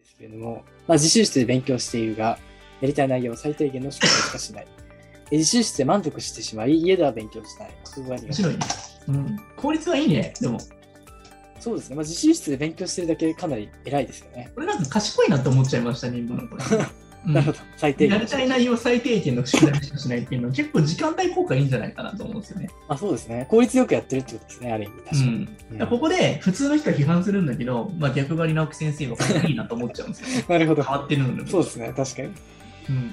ですけれども、まあ、自習室で勉強しているが、やりたい内容を最低限の宿題しかしない。で自習室で満足してしまい、家では勉強しない。国語が苦面手白いね。うん。効率はいいね。でも、そうですね、まあ、自習室で勉強してるだけかなり偉いですよね。これなんか賢いなと思っちゃいましたね、今の これ。うんなるほど、最低限やりの宿た題。い内容最低限の宿題しかしないっていうのは結構時間帯効果いいんじゃないかなと思うんですよね。あそうですね、効率よくやってるってことですね、ある意味、確かうに。ん、だからうここで普通の人は批判するんだけど、まあ、逆張り直樹先生はかっこいいなと思っちゃうんですよ ね。んなるほど変、わってるので。そうですね、確かに。うん、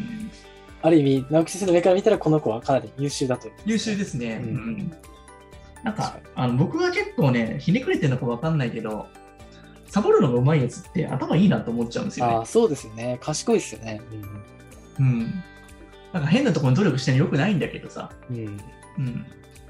ある意味、直木先生の目から見たら、この子はかなり優秀だという。優秀ですね。ううんんなんかあの僕は結構ね、ひねくれてるのかわかんないけど、サボるのがうまいやつって頭いいなと思っちゃうんですよね。ああ、そうですよね、賢いですよね。うんうん、なんか変なところに努力してるのよくないんだけどさ、うん、うん、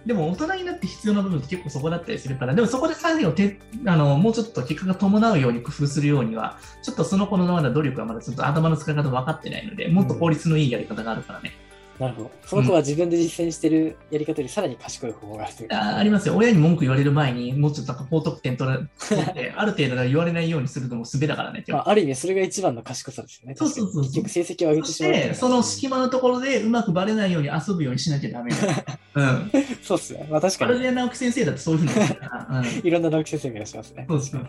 でも大人になって必要な部分って結構そこだったりするからでもそこで作業をてあのもうちょっと結果が伴うように工夫するようにはちょっとその子のまだ努力はまだちょっと頭の使い方分かってないのでもっと効率のいいやり方があるからね、なるほど。その子は自分で実践してるやり方よりさらに賢い方法があるというか。あありますよ親に文句言われる前にもうちょっとなんか高得点取ら 取ってある程度言われないようにするのも術だからねまあ、ある意味、それが一番の賢さですよね。そうそうそう確かに結局、成績を上げそてししまうっていうて、その隙間。間のところでうまくバレないように遊ぶようにしなきゃダ メだ。うん。そうですね。まあ、確カかルに、デア直樹先生だってそういうふうに言ってたから。うんいろんな直木先生がいらっしゃいますね。そうですね。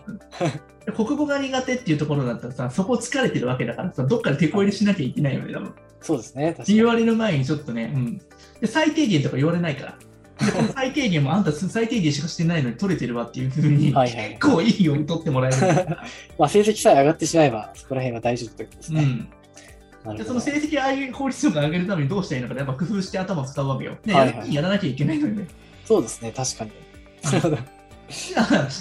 国語が苦手っていうところだったらさ、そこ疲れてるわけだからさ、どっから手こ入れしなきゃいけないよね、多分。そうですね。確かに言。われる前にちょっとね、うん。で、最低限とか言われないから。 でこの最低限もあんた最低限しかしてないのに取れてるわっていうふうに、はいはい結構いいように取ってもらえる。まあ、成績さえ上がってしまえば、そこら辺は大丈夫ということ ですうね。ん。なでるそほのど。成績ああいう効率よく上げるためにどうしたらいいのか、やっぱ工夫して頭使うわけよ。ね、はいはいやらなきゃいけないのにね。そうですね。確かに。なるほど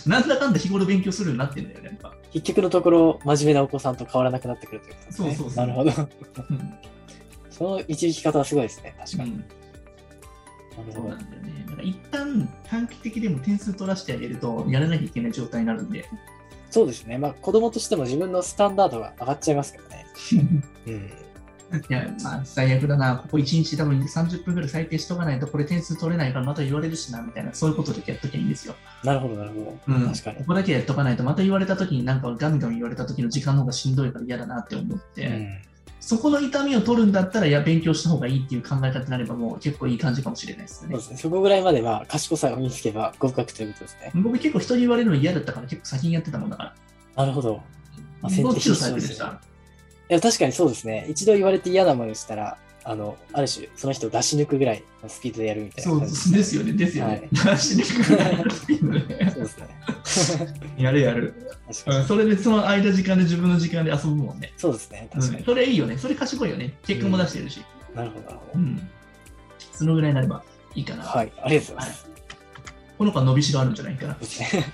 なんだかんだ日頃勉強するようになってんだよね、やっぱ。結局のところ、真面目なお子さんと変わらなくなってくるということですね。そうそうそうなるほど。うん。その導き方はすごいですね。確かうに。んなるそほうどな。んだよね。だから一旦短期的でも点数取らせてあげると、やらなきゃいけない状態になるん で。そうですね。まあ、子供としても自分のスタンダードが上がっちゃいますからね。うん。いや、まあ、最悪だな、ここ1日多分30分ぐらい最低しとかないと、これ点数取れないからまた言われるしな、みたいな、そういうことだけやっときゃいいんですよ。なるほど、なるほど。うん、確かこに。こだけやっとかないと、また言われた時に、なんかガミガミ言われた時の時間の方がしんどいから嫌だなって思って、うんそこの痛みを取るんだったら、いや、勉強した方がいいっていう考え方になれば、もう結構いい感じかもしれないですそうねで。すね。そこぐらいまでは賢さを身につけば合格ということですね。僕結構人に言われるの嫌だったから、結構先にやってたもんだから。なるほど。まあどっち選の択肢タイプででしすねたいや、確かにそうですね。一度言われて嫌なものをしたら、あの、ある種、その人を出し抜くぐらいのスピードでやるみたいなそう感でじ。すですよね、ですよはいね。話にくくなるっていうのねそうですね。やるやる。確かうにんそれでその間時間で自分の時間で遊ぶもんね。そうですね。うん確かに。それいいよね。それ賢いよね。結果も出してるし。なるほど、なるほうど。ん。そのぐらいになればいいかな。はい、ありがとうございます。この子は伸びしろあるんじゃないかな。ですね